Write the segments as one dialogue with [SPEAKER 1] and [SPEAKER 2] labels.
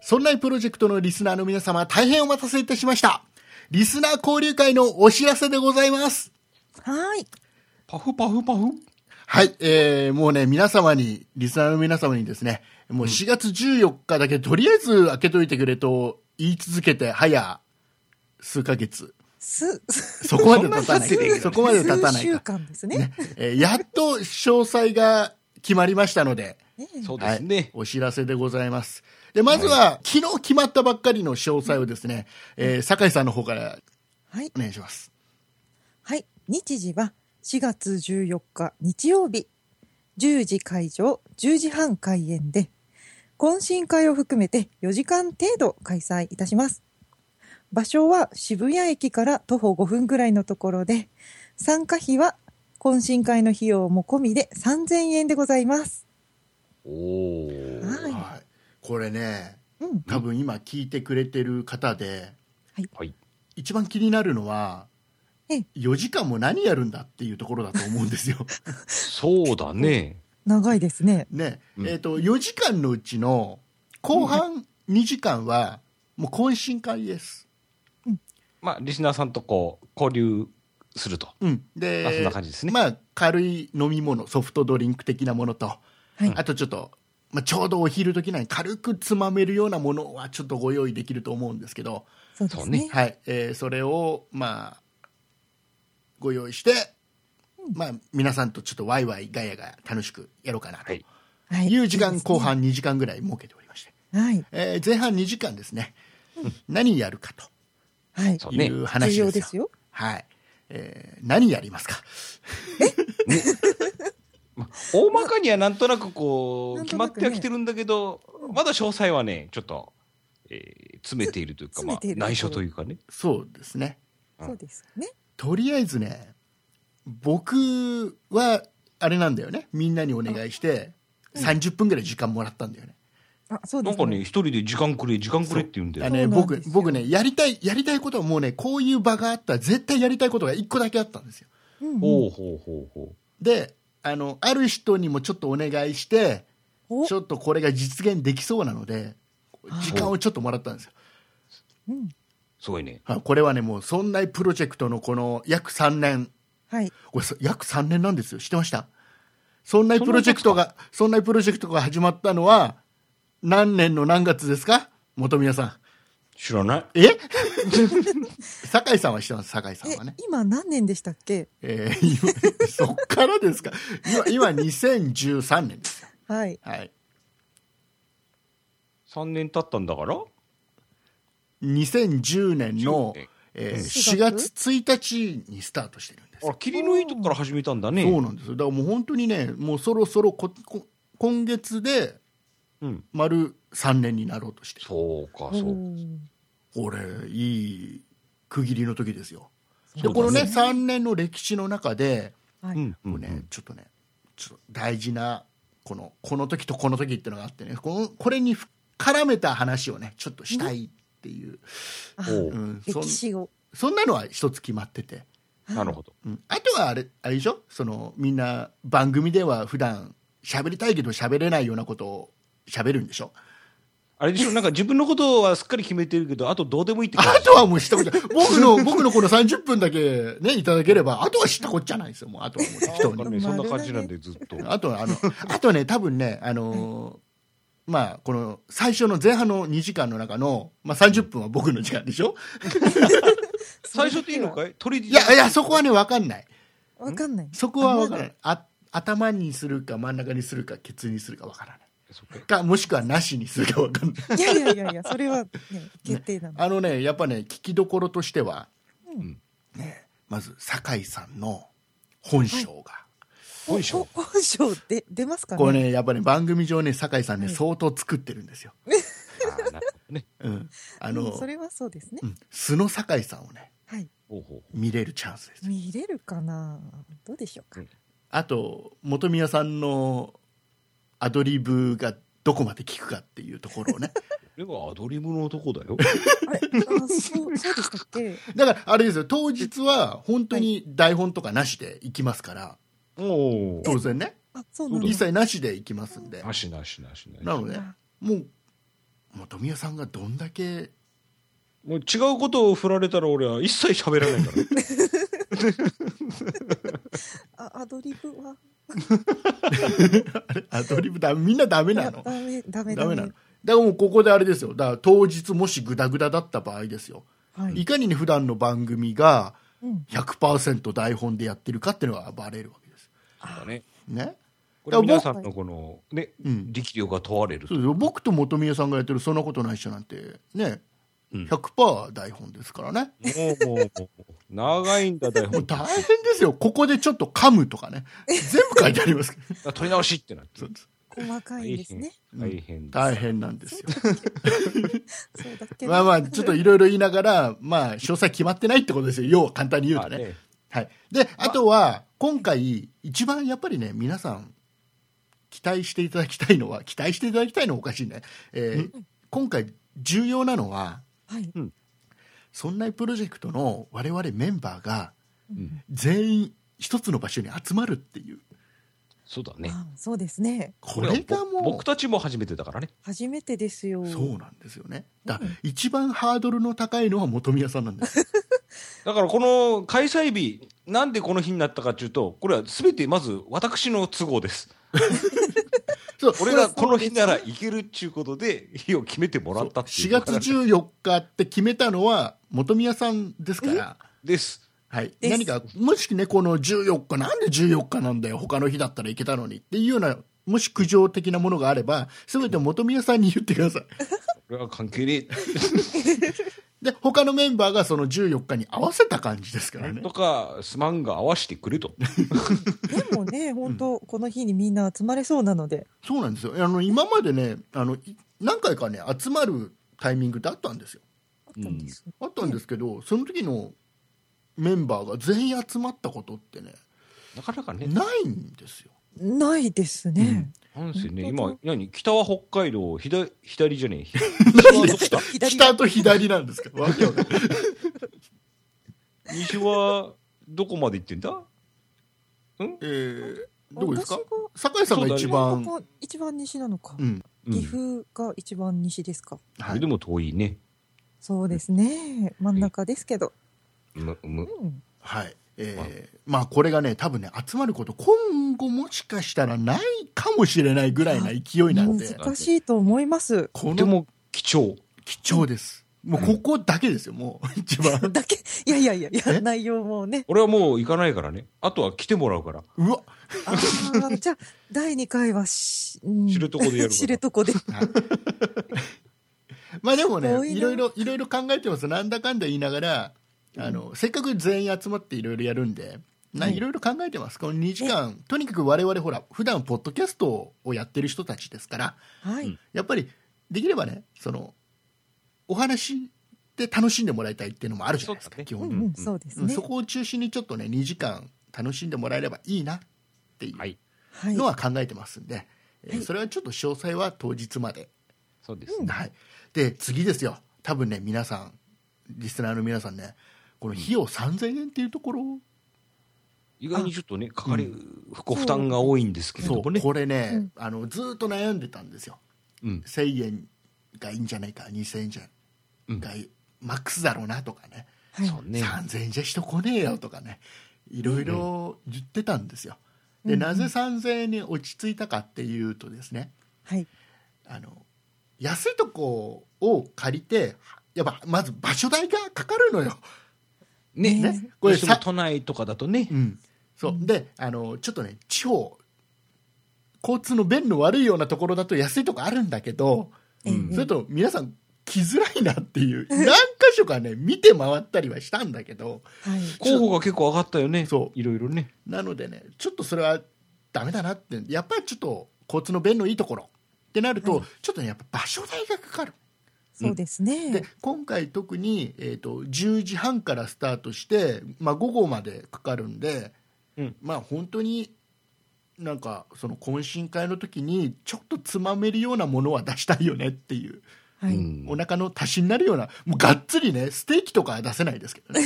[SPEAKER 1] そんなプロジェクトのリスナーの皆様、大変お待たせいたしました。リスナー交流会のお知らせでございます。
[SPEAKER 2] はい。
[SPEAKER 3] パフパフパフ
[SPEAKER 1] はい、えー、もうね、皆様に、リスナーの皆様にですね、もう4月14日だけとりあえず開けといてくれと言い続けて、早、数ヶ月。
[SPEAKER 2] す、
[SPEAKER 1] そこまで経たない
[SPEAKER 3] そんな経ってねえか。ら
[SPEAKER 1] そこまで経たな
[SPEAKER 2] 数
[SPEAKER 1] い
[SPEAKER 2] 週
[SPEAKER 1] か。
[SPEAKER 2] 間ですね。
[SPEAKER 1] えーやっと詳細が決まりましたので、
[SPEAKER 3] そうですね。
[SPEAKER 1] はい、お知らせでございます。で、まずは、昨日決まったばっかりの詳細をですね、えー酒井さんの方から
[SPEAKER 2] はい。
[SPEAKER 1] お願いします。
[SPEAKER 2] はい。日時は4月14日日曜日、10時会場、10時半開演で、懇親会を含めて4時間程度開催いたします。場所は渋谷駅から徒歩5分ぐらいのところで、参加費は懇親会の費用も込みで3000円でございます。
[SPEAKER 3] おおー。
[SPEAKER 2] は
[SPEAKER 1] はい。これね、
[SPEAKER 2] い。うん。
[SPEAKER 1] 多分今聞いてくれてる方で、
[SPEAKER 3] はい。
[SPEAKER 1] 一番気になるのは
[SPEAKER 2] ええ、
[SPEAKER 1] 4時間も何やるんだっていうところだと思うんです よ。
[SPEAKER 3] そうだね。
[SPEAKER 2] 長いですね。
[SPEAKER 1] ね、
[SPEAKER 3] うん
[SPEAKER 1] えっと、4時間のうちの後半2時間は、もう懇親会です。
[SPEAKER 3] まあ、リスナーさんとこう、交流すると。
[SPEAKER 1] うん、
[SPEAKER 3] まあそん
[SPEAKER 1] で
[SPEAKER 3] な感じですね
[SPEAKER 1] まあ、軽い飲み物ソフトドリンク的なものと、
[SPEAKER 2] はい
[SPEAKER 1] あとちょっと、まあ、ちょうどお昼時なんで軽くつまめるようなものはちょっとご用意できると思うんですけど、
[SPEAKER 2] そうですね。
[SPEAKER 1] はいえーそれを、まあ、ご用意して、まあ、皆さんとちょっとワイワイガヤガヤ楽しくやろうかなと
[SPEAKER 3] はい
[SPEAKER 2] は
[SPEAKER 1] いう時間後
[SPEAKER 2] 半。
[SPEAKER 1] 半2時間ぐらい設けておりまして、
[SPEAKER 2] はい。
[SPEAKER 1] えー前半2時間ですね、何やるか
[SPEAKER 2] はい。
[SPEAKER 3] そう
[SPEAKER 1] という話です
[SPEAKER 2] 重
[SPEAKER 1] よ。
[SPEAKER 2] 要ですよ。
[SPEAKER 1] はいえー何やりますか
[SPEAKER 3] 大まかにはなんとなくこう、
[SPEAKER 2] なん
[SPEAKER 3] 決
[SPEAKER 2] と
[SPEAKER 3] ま
[SPEAKER 2] な
[SPEAKER 3] っ
[SPEAKER 2] くね
[SPEAKER 3] てはきてるんだけど、まだ詳細はね、ちょっと、えー詰めているというか、
[SPEAKER 2] つ
[SPEAKER 3] まあ、
[SPEAKER 2] 詰めている
[SPEAKER 3] 内緒というかね。
[SPEAKER 1] そうですね
[SPEAKER 3] うん
[SPEAKER 2] そうですね。
[SPEAKER 1] とりあえずね僕はあれなんだよねみんなにお願いして30分ぐらい時間もらったんだよね,、
[SPEAKER 2] あ、そうで
[SPEAKER 3] なん
[SPEAKER 2] す
[SPEAKER 3] かね、一人で時間くれ、時間くれって言うんだ
[SPEAKER 1] あ
[SPEAKER 3] よ。
[SPEAKER 1] のね
[SPEAKER 2] そうなん
[SPEAKER 1] 僕
[SPEAKER 2] ですよ
[SPEAKER 1] 僕ねやりたいやりたいことはもうねこういう場があったら絶対やりたいことが1個だけあったんですよ
[SPEAKER 2] うんうん
[SPEAKER 3] ほうほうほうほ
[SPEAKER 1] であのある人にもちょっとお願いして
[SPEAKER 2] お
[SPEAKER 1] ちょっとこれが実現できそうなので
[SPEAKER 2] はい
[SPEAKER 1] 時間をちょっともらったんですよ
[SPEAKER 2] うん
[SPEAKER 3] う。すごいね。
[SPEAKER 1] はいこれはねもうそんなプロジェクトのこの約3年
[SPEAKER 2] はい。
[SPEAKER 1] これそ約3年なんですよ知ってましたそんなプロジェクトがそんなプロジェクトが始まったのは何年の何月ですか本宮さ
[SPEAKER 3] 知らない。
[SPEAKER 1] んえ 酒井さんは知ってます酒井さん
[SPEAKER 2] え
[SPEAKER 1] はね、、
[SPEAKER 2] 今何年でしたっけ
[SPEAKER 1] えー今 そっからですか今今2013年ですよ
[SPEAKER 2] はい。
[SPEAKER 1] はい
[SPEAKER 3] 3年経ったんだから
[SPEAKER 1] 2010年の
[SPEAKER 3] 10年、
[SPEAKER 1] えー4
[SPEAKER 2] 4
[SPEAKER 1] 月
[SPEAKER 2] 月
[SPEAKER 1] 1日にスタートしてるんです
[SPEAKER 3] あら、霧のいいとこから始めたんだね。
[SPEAKER 1] そうなんですよだからもう本当にねもうそろそろここ今月で
[SPEAKER 3] うん。
[SPEAKER 1] 丸3年になろうとしてる
[SPEAKER 3] そうか、そう。
[SPEAKER 1] これいい区切りの時ですよで
[SPEAKER 3] そうだ
[SPEAKER 1] こ
[SPEAKER 3] ね
[SPEAKER 1] のね3年の歴史の中で
[SPEAKER 2] は
[SPEAKER 3] う
[SPEAKER 2] い。
[SPEAKER 3] ん。
[SPEAKER 1] もうね、ちょっとねちょっと大事なこのこの時とこの時っていうのがあってねこのこれに絡めた話をねちょっとしたいっていう、
[SPEAKER 2] あ
[SPEAKER 3] おう
[SPEAKER 1] うん、そん
[SPEAKER 2] 歴史を。
[SPEAKER 1] そんなのは一つ決まってて、
[SPEAKER 3] なるほど。
[SPEAKER 1] うん、あとはあれあれでしょそのみんな番組では普段喋りたいけど喋れないようなことを喋るんでしょ
[SPEAKER 3] あれでしょ、なんか自分のことはすっかり決めてるけど、あとどうでもいいって感
[SPEAKER 1] あ
[SPEAKER 3] じ
[SPEAKER 1] とはもう知ったことない僕の、僕のこの30分だけね、いただければ、あとは知ったこっちゃないですよ、もう。あとはもう適当
[SPEAKER 3] なん
[SPEAKER 1] に。
[SPEAKER 3] かね、そんな感じなんで、ずっと。
[SPEAKER 1] あとは、あの、あとね、多分ね、あのーまあ、この、最初の前半の2時間の中の、まあ、30分は僕の時間でしょ
[SPEAKER 3] 最初っていいのかい取り
[SPEAKER 1] いや、いや、そこはね、わかんない。
[SPEAKER 2] わかんない。
[SPEAKER 1] そこはわから
[SPEAKER 2] あ
[SPEAKER 1] な
[SPEAKER 2] まだ
[SPEAKER 1] い。あ、頭にするか、真ん中にするか、ケツにするかわからない。
[SPEAKER 3] そっか
[SPEAKER 1] か、もしくはなしにするかわかんない。
[SPEAKER 2] いやいやいやいや、それはね、決定なの。
[SPEAKER 1] あのね、やっぱね、聞きどころとしては、
[SPEAKER 3] ん
[SPEAKER 1] ね、まず、酒井さんの本性が。
[SPEAKER 3] 本性
[SPEAKER 2] お 本性で出ますかね
[SPEAKER 1] これね、やっぱり、ね、番組上ね、酒井さんね、
[SPEAKER 2] はい
[SPEAKER 1] 相当作ってるんですよ。
[SPEAKER 3] あーなるほどね。
[SPEAKER 1] うん。あ
[SPEAKER 2] う
[SPEAKER 1] の、
[SPEAKER 2] んそれはそうですね
[SPEAKER 1] う。ん素の酒井さんをね、
[SPEAKER 2] はい。
[SPEAKER 3] ほうほう
[SPEAKER 1] 見れるチャンスです。
[SPEAKER 2] 見れるかなどうでしょうか。
[SPEAKER 1] あと、本宮さんのアドリブがどこまで聞くかっていうところ をね。
[SPEAKER 3] これはアドリブの男だよ。
[SPEAKER 2] あれあそう、そうでしたっけ
[SPEAKER 1] だから、あれですよ、当日は本当に台本とかなしで行きますから、
[SPEAKER 3] おお。
[SPEAKER 1] 当然ね、
[SPEAKER 2] あ、そうなん
[SPEAKER 1] 一
[SPEAKER 2] だ。
[SPEAKER 1] 切なしで行きますんで
[SPEAKER 3] な。しなしなしなし。
[SPEAKER 1] なので、もう、もう富谷さんがどんだけ
[SPEAKER 3] もう違うことを振られたら俺は一切喋らな いから。
[SPEAKER 2] あ、アドリブは
[SPEAKER 1] あれアドリブだみんなダメない
[SPEAKER 2] や
[SPEAKER 1] の
[SPEAKER 2] ダメ、ダメ、
[SPEAKER 1] ダメなのだ
[SPEAKER 2] ダ
[SPEAKER 1] からもうここであれですよだから当日もしグダグダだった場合ですよ、
[SPEAKER 2] メはい
[SPEAKER 1] い、かに普段の番組が
[SPEAKER 2] うん
[SPEAKER 1] 100%台本でやってるかっていうのがバレるわけです
[SPEAKER 3] そうだね。
[SPEAKER 1] ね
[SPEAKER 3] これ皆さんのこの、ね、
[SPEAKER 1] うん
[SPEAKER 3] 力量が問われる
[SPEAKER 1] そ。うですよ僕と本宮さんがやってる「そんなことないっしょ」なんてね
[SPEAKER 3] うん
[SPEAKER 1] 100%台本ですからね
[SPEAKER 3] もう、もう、もう長いんだ、台
[SPEAKER 1] も
[SPEAKER 3] 本
[SPEAKER 1] う。大変ですよここでちょっと噛むとかね全部書いてありますけど
[SPEAKER 3] 取り直しってなって
[SPEAKER 1] そ。うです
[SPEAKER 2] 細かいんですね。
[SPEAKER 3] 大変だ。
[SPEAKER 1] 大変なんですよ
[SPEAKER 2] そうだっけ
[SPEAKER 1] まあまあちょっといろいろ言いながらまあ詳細決まってないってことですよ要は簡単に言う
[SPEAKER 3] まあ
[SPEAKER 1] と
[SPEAKER 3] ね
[SPEAKER 1] ねはい、であとは今回一番やっぱりね皆さん期待していただきたいのは期待していただきたいのはおかしいね、えー今回重要なのは
[SPEAKER 2] はい。
[SPEAKER 1] そんなプロジェクトの我々メンバーが
[SPEAKER 3] うん
[SPEAKER 1] 全員一つの場所に集まるっていう
[SPEAKER 3] そうだね。
[SPEAKER 2] あそうですね。
[SPEAKER 1] これが
[SPEAKER 3] はぼ
[SPEAKER 1] も
[SPEAKER 3] 僕たちも初めてだからね。
[SPEAKER 2] 初めてですよ。
[SPEAKER 1] うそうなんですよねだ
[SPEAKER 2] うん
[SPEAKER 1] 一番ハードルの高いのは本宮さんなんですよ
[SPEAKER 3] だからこの開催日、なんでこの日になったかというと、これはすべてまず私の都合です。
[SPEAKER 1] そう
[SPEAKER 3] 俺がこの日ならいけるっちゅうことで、日を決めてもらったってい
[SPEAKER 1] 4
[SPEAKER 3] う。
[SPEAKER 1] 月14日って決めたのは本宮さんですから。
[SPEAKER 3] です。
[SPEAKER 1] はい、
[SPEAKER 2] です
[SPEAKER 1] 何かもしねこの14日なんで14日なんだよ他の日だったらいけたのにっていうようなもし苦情的なものがあれば全て本宮さんに言ってください
[SPEAKER 3] 俺は関係ね
[SPEAKER 1] で他のメンバーがその14日に合わせた感じですから
[SPEAKER 3] え。
[SPEAKER 1] ね
[SPEAKER 3] とか、すまんが合わしてくれと。
[SPEAKER 2] でもね、本当この日にみんな集まれそうなので。
[SPEAKER 1] そうなんですよあの今までねあのい何回かね集まるタイミングってあったんですよ
[SPEAKER 2] あったんです。
[SPEAKER 1] あったんですけどその時のメンバーが全員集まったことってね
[SPEAKER 3] なかなかね、
[SPEAKER 1] ないんですよ
[SPEAKER 2] ないですね。
[SPEAKER 3] なんせね、
[SPEAKER 2] 本当だ
[SPEAKER 3] 今、何北は北海道、左、左じゃ ねえ。
[SPEAKER 1] 何ですか
[SPEAKER 2] 左
[SPEAKER 1] 下と左なんですか わけわかんない
[SPEAKER 3] 西は、どこまで行ってんだ
[SPEAKER 1] えーどこですか
[SPEAKER 2] 私が
[SPEAKER 1] 酒井さんが一番、
[SPEAKER 2] ここ一番西なのか
[SPEAKER 1] う。ん、
[SPEAKER 3] うん
[SPEAKER 2] 岐阜が一番西ですか。
[SPEAKER 3] それでも遠いね。
[SPEAKER 2] そうですね。真ん中ですけど。
[SPEAKER 3] むむ
[SPEAKER 2] うん。
[SPEAKER 1] はい。えーまあこれがね、多分ね、集まること、今後もしかしたらないかもしれないぐらいな勢いなんで、
[SPEAKER 2] 難しいと思います。
[SPEAKER 1] こと
[SPEAKER 3] て
[SPEAKER 1] の
[SPEAKER 3] も貴重。
[SPEAKER 1] 貴重です。もうここだけですよ、も う一番。
[SPEAKER 2] だけ、いやいやいやい
[SPEAKER 1] え
[SPEAKER 2] や、内容もね。
[SPEAKER 3] 俺はもう行かないからね。あとは来てもらうから。
[SPEAKER 1] うわ、
[SPEAKER 2] ああ、じゃあ、第2回はし、うん
[SPEAKER 3] 知床でやる
[SPEAKER 2] 知床で。
[SPEAKER 1] まあでもね
[SPEAKER 2] 遠い、ない
[SPEAKER 1] ろいろ、いろいろ考えてます。なんだかんだ言いながら、あの、せっかく全員集まっていろいろやるんで、な
[SPEAKER 2] うん
[SPEAKER 1] いろいろ考えてます。この2時間、とにかく我々ほら、普段ポッドキャストをやってる人たちですから、
[SPEAKER 2] は
[SPEAKER 3] う
[SPEAKER 2] い
[SPEAKER 3] ん。
[SPEAKER 1] やっぱりできればねそのお話で楽しんでもらいたいっていうのもあるじゃないですか、
[SPEAKER 3] そうだね
[SPEAKER 1] 基
[SPEAKER 2] う
[SPEAKER 1] 本
[SPEAKER 2] ん
[SPEAKER 1] に、
[SPEAKER 2] うん、そうです
[SPEAKER 1] うん
[SPEAKER 2] ね
[SPEAKER 1] そ。こを中心にちょっとね2時間楽しんでもらえればいいなってい
[SPEAKER 3] は
[SPEAKER 1] う
[SPEAKER 3] い。
[SPEAKER 2] はい
[SPEAKER 1] の。は考えてますんで、えー
[SPEAKER 2] はい
[SPEAKER 1] それはちょっと詳細は当日まで、
[SPEAKER 3] そうですね。
[SPEAKER 1] はい、で次ですよ多分ね皆さんリスナーの皆さんねこの費用3000円っていうところ、
[SPEAKER 3] 意外にちょっとね、かかり、不負担が多いんですけれ
[SPEAKER 1] そ
[SPEAKER 3] ども
[SPEAKER 1] う
[SPEAKER 3] ね。
[SPEAKER 1] これね、あのずーっと悩んでたんですよ
[SPEAKER 3] うん。
[SPEAKER 1] 1000円がいいんじゃないか2000円じゃがいい、マックスだろうなとかね
[SPEAKER 2] はい
[SPEAKER 3] そうね。
[SPEAKER 1] 3000円じゃしとこねえよとかねいろいろ言ってたんですよ。
[SPEAKER 2] うん
[SPEAKER 1] で
[SPEAKER 2] うん
[SPEAKER 1] なぜ3000円に落ち着いたかっていうとですね
[SPEAKER 2] はい。
[SPEAKER 1] あの安いとこを借りてやっぱまず場所代がかかるのよ。
[SPEAKER 3] ね。
[SPEAKER 2] ね
[SPEAKER 1] ね、こ
[SPEAKER 3] こ
[SPEAKER 1] れ
[SPEAKER 3] れも
[SPEAKER 1] さ、
[SPEAKER 3] 都内とかだとね
[SPEAKER 1] う。ん、そうであのちょっとね地方交通の便の悪いようなところだと安いとこあるんだけど、
[SPEAKER 2] ええ
[SPEAKER 3] うん
[SPEAKER 1] それと皆さん来づらいなっていう何箇所かね見て回ったりはしたんだけど。
[SPEAKER 2] はい。
[SPEAKER 3] 候補が結構上がったよね。
[SPEAKER 1] そう
[SPEAKER 3] いろいろね。
[SPEAKER 1] なのでね、ちょっとそれはダメだなって、やっぱりちょっと交通の便のいいところってなると、ちょっとね、やっぱ場所代がかかる。
[SPEAKER 2] そうです
[SPEAKER 1] で
[SPEAKER 2] ね。、
[SPEAKER 1] 今回特に、えー、と10時半からスタートして、まあ、午後までかかるんで、
[SPEAKER 3] うん
[SPEAKER 1] まあ本当になんかその懇親会の時にちょっとつまめるようなものは出したいよねっていう、
[SPEAKER 2] は
[SPEAKER 3] う
[SPEAKER 2] い。
[SPEAKER 3] ん
[SPEAKER 1] お腹の足しになるようなもうがっつりねステーキとかは出せないですけどね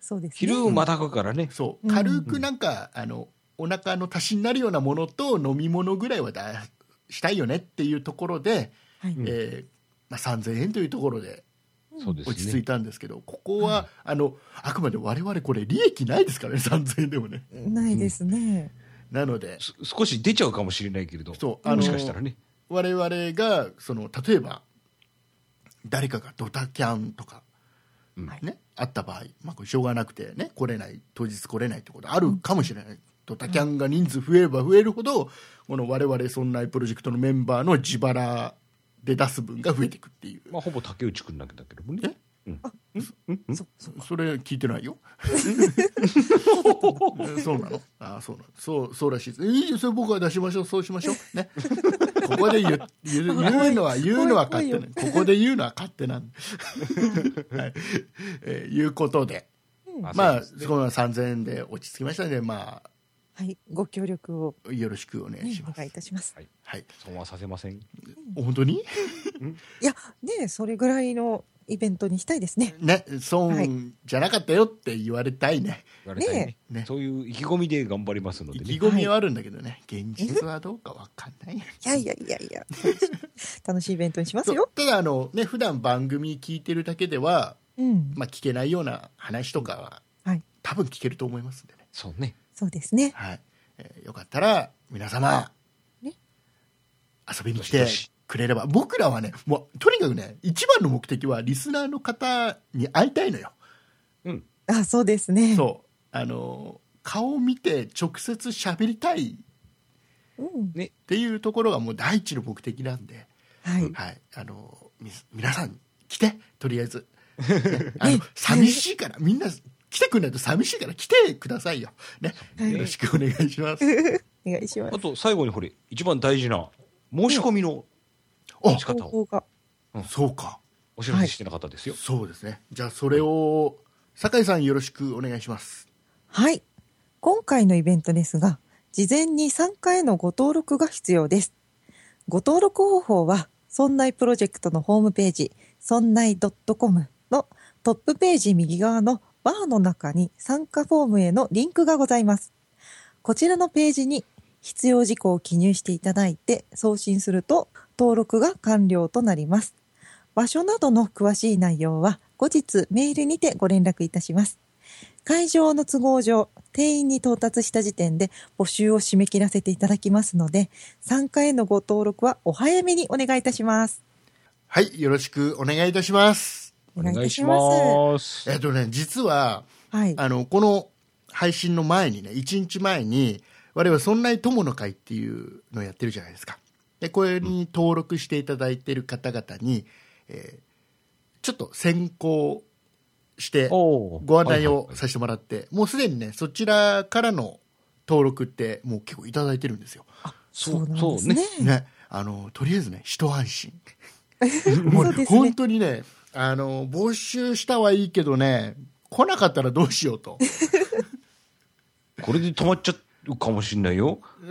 [SPEAKER 2] そうですね。
[SPEAKER 3] 昼またぐからね。
[SPEAKER 1] そう
[SPEAKER 2] うん
[SPEAKER 1] 軽くなんか、あのお腹の足しになるようなものと飲み物ぐらいはだしたいよねっていうところで、
[SPEAKER 2] はい。
[SPEAKER 3] うん
[SPEAKER 1] えーまあ、3000円というところで
[SPEAKER 3] そうですね
[SPEAKER 1] 落ち着いたんですけど、ここは、あのあくまで我々これ利益ないですからね3000円でも ね
[SPEAKER 2] ないですね。
[SPEAKER 1] なので
[SPEAKER 3] す少し出ちゃうかもしれないけれど
[SPEAKER 1] そうあの
[SPEAKER 3] もしかしたらね
[SPEAKER 1] 我々がその例えば誰かがドタキャンとか、
[SPEAKER 3] うん
[SPEAKER 1] ね、あった場合、まあ、これしょうがなくて、ね、来れない当日来れないってことあるかもしれない、ドタキャンが人数増えれば増えるほど、この我々そんなプロジェクトのメンバーの自腹で出す分が増えていくっていう
[SPEAKER 3] まあほぼ竹内くんだけだけどもね
[SPEAKER 2] そそう
[SPEAKER 1] それ聞いて ないよそうなのあそうなのそうそうらしいですいいよそれ僕は出しましょうそうしましょうねここで言う言う言うのは言うのは勝手な
[SPEAKER 2] 怖
[SPEAKER 1] ここで 言うのは勝手なんで、はいえーいうことでま
[SPEAKER 3] そう
[SPEAKER 1] あ
[SPEAKER 3] で
[SPEAKER 1] そ
[SPEAKER 3] すね
[SPEAKER 1] こは3000円で落ち着きましたのでま
[SPEAKER 2] はい。ご協力を、
[SPEAKER 1] あよろしくお願い
[SPEAKER 2] ね
[SPEAKER 1] し、
[SPEAKER 2] お
[SPEAKER 1] ます、
[SPEAKER 2] 願いいたします。
[SPEAKER 1] はい
[SPEAKER 3] 損はさせません
[SPEAKER 1] 本当に
[SPEAKER 2] いや、ね、それぐらいのイベントにしたいですね。
[SPEAKER 1] ね
[SPEAKER 2] はい
[SPEAKER 1] 損じゃなかったよって言われたいね
[SPEAKER 3] 言われたいね
[SPEAKER 2] ね
[SPEAKER 1] えね
[SPEAKER 3] そういう意気込みで頑張りますので
[SPEAKER 1] 意
[SPEAKER 3] ね
[SPEAKER 1] 気込みはあるんだけどね、現実はどうかわかんない
[SPEAKER 2] いやいやいやいや。楽しいイベントにします
[SPEAKER 1] そう
[SPEAKER 2] よ。
[SPEAKER 1] ただあの、ね、普段番組聞いてるだけでは、
[SPEAKER 2] うん。
[SPEAKER 1] まあ、聞けないような話とかは
[SPEAKER 2] はい。
[SPEAKER 1] 多分聞けると思いますんでね、
[SPEAKER 3] そうね
[SPEAKER 2] そうですね。
[SPEAKER 1] はいえーよかったら皆様、
[SPEAKER 2] ね
[SPEAKER 1] 遊びに来
[SPEAKER 3] ど
[SPEAKER 1] て
[SPEAKER 3] しどし
[SPEAKER 1] くれれば僕らはねもうとにかくね一番の目的はリスナーの方に会いたいのよ。
[SPEAKER 3] うん
[SPEAKER 2] あ、そうですね。
[SPEAKER 1] そうあの顔を見て直接喋りたいっ
[SPEAKER 2] うん。
[SPEAKER 1] ていうところがもう第一の目的なんで、
[SPEAKER 2] はい。
[SPEAKER 1] はい、あのみ皆さん来てとりあえ ず、ねあの寂しいからみんな来てくれないと寂しいから来てくださいよ、ね、
[SPEAKER 2] はい
[SPEAKER 1] よろしくお願いします
[SPEAKER 2] お願いしま
[SPEAKER 3] あ
[SPEAKER 2] す。
[SPEAKER 3] と最後にほれ一番大事な申し込みの
[SPEAKER 1] あ
[SPEAKER 3] 仕方
[SPEAKER 2] 方法
[SPEAKER 3] を
[SPEAKER 2] が。
[SPEAKER 1] そうか
[SPEAKER 3] お知らせしてなかったですよ
[SPEAKER 1] そうですねじゃあそれを酒井さんよろしくお願いします
[SPEAKER 2] はい。今回のイベントですが、事前に参加へのご登録が必要です。ご登録方法は、村内プロジェクトのホームページ、村内 .com のトップページ右側のバーの中に参加フォームへのリンクがございます。こちらのページに必要事項を記入していただいて送信すると登録が完了となります。場所などの詳しい内容は後日メールにてご連絡いたします。会場の都合上、定員に到達した時点で募集を締め切らせていただきますので、参加へのご登録はお早めにお願いいたします。
[SPEAKER 1] はいよろしくお願いいたします
[SPEAKER 2] お願いいたします
[SPEAKER 3] お願いし
[SPEAKER 1] えっとね実は
[SPEAKER 2] はい。
[SPEAKER 1] あのこの配信の前にね1日前に我々「そんない友の会」っていうのをやってるじゃないですかでこれに登録していただいてる方々に、えーちょっと先行して
[SPEAKER 3] おー
[SPEAKER 1] ご案内
[SPEAKER 3] はい
[SPEAKER 1] を
[SPEAKER 3] はい
[SPEAKER 1] させてもらって、もうすでにねそちらからの登録ってもう結構いただいてるんですよ、
[SPEAKER 2] そうなんですね。
[SPEAKER 1] ね、あのとりあえずね一安心も
[SPEAKER 2] そう
[SPEAKER 1] う
[SPEAKER 2] です
[SPEAKER 1] 本
[SPEAKER 2] ね。
[SPEAKER 1] 当にねあの募集したはいいけどね来なかったらどうしようと。
[SPEAKER 3] これで止まっちゃうかもしれないよ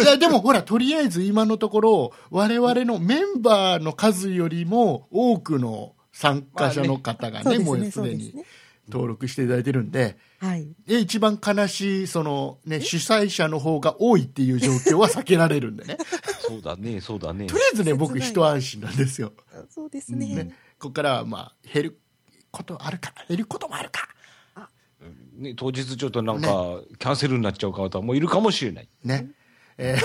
[SPEAKER 1] いやでもほらとりあえず今のところ我々のメンバーの数よりも多くの参加者の方がね,、
[SPEAKER 2] そうで
[SPEAKER 1] も
[SPEAKER 2] す
[SPEAKER 1] う
[SPEAKER 2] ね。
[SPEAKER 1] す
[SPEAKER 2] そう
[SPEAKER 1] で
[SPEAKER 2] です
[SPEAKER 1] に
[SPEAKER 2] ね。
[SPEAKER 1] 登録していただいてるんで
[SPEAKER 2] はい。
[SPEAKER 1] で一番悲しいその、ね、主催者の方が多いっていう状況は避けられるん でね
[SPEAKER 3] そうだねそうだね
[SPEAKER 1] とりあえずね僕一安心なんですよ。
[SPEAKER 2] そうですね
[SPEAKER 1] ね。ここからはまあ減ることあるか減ることもあるか。
[SPEAKER 3] ね、当日ちょっとなんか、キャンセルになっちゃう方もいるかもしれない。
[SPEAKER 1] ね。え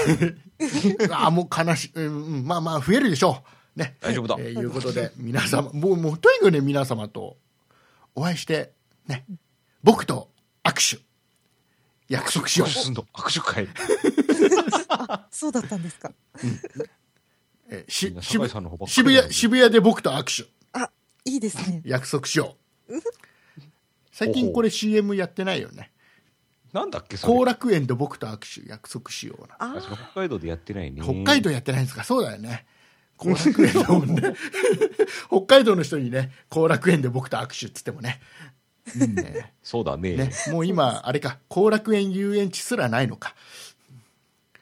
[SPEAKER 1] ー あーもう悲しい、うんうん、まあまあ増えるでしょう。ね。
[SPEAKER 3] 大丈夫だ
[SPEAKER 1] えーいうことで、皆様、もう、もうとにかくね、皆様とお会いして、ね、僕と握手、約束しよ
[SPEAKER 3] 握手す
[SPEAKER 1] う。
[SPEAKER 3] んの握手会。
[SPEAKER 2] そうだったんですか。
[SPEAKER 1] えーし
[SPEAKER 3] みんな
[SPEAKER 1] 渋
[SPEAKER 3] 酒井さんの方ばっかり
[SPEAKER 1] 渋谷、渋谷で僕と握手、
[SPEAKER 2] あ、いいですね。
[SPEAKER 1] 約束しよう。最近これ CM やってないよね。
[SPEAKER 3] なんだっけ、そ
[SPEAKER 1] 後
[SPEAKER 3] れ。
[SPEAKER 1] 楽園で僕と握手、約束しような。
[SPEAKER 2] あ
[SPEAKER 3] あそう北海道でやってないね。
[SPEAKER 1] 北海道やってないんですか、そうだよね。後楽園だもん ね。北海道の人にね、後楽園で僕と握手っつってもね。ね
[SPEAKER 3] そうだね。
[SPEAKER 1] ね、もう今、あれか、後楽園遊園地すらないの か。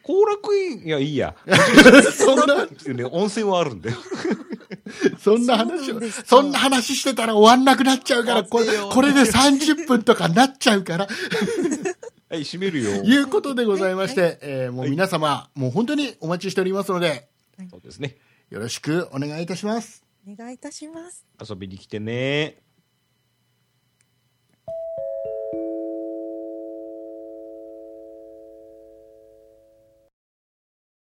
[SPEAKER 3] 後楽園、いや、いいや。
[SPEAKER 1] そんな、
[SPEAKER 3] っていうね、温泉はあるんだよ。
[SPEAKER 1] そんな話
[SPEAKER 2] そう
[SPEAKER 1] を、
[SPEAKER 2] ですか
[SPEAKER 1] そんな話してたら終わんなくなっちゃうから、これ、これで30分とかなっちゃう から、
[SPEAKER 3] はい、閉めるよ。
[SPEAKER 1] いうことでございまして、えーもう皆様、もう本当にお待ちしておりますので、
[SPEAKER 3] そうですね。
[SPEAKER 4] よろしくお願いいたします。
[SPEAKER 1] お願いいたします。
[SPEAKER 3] 遊びに来てね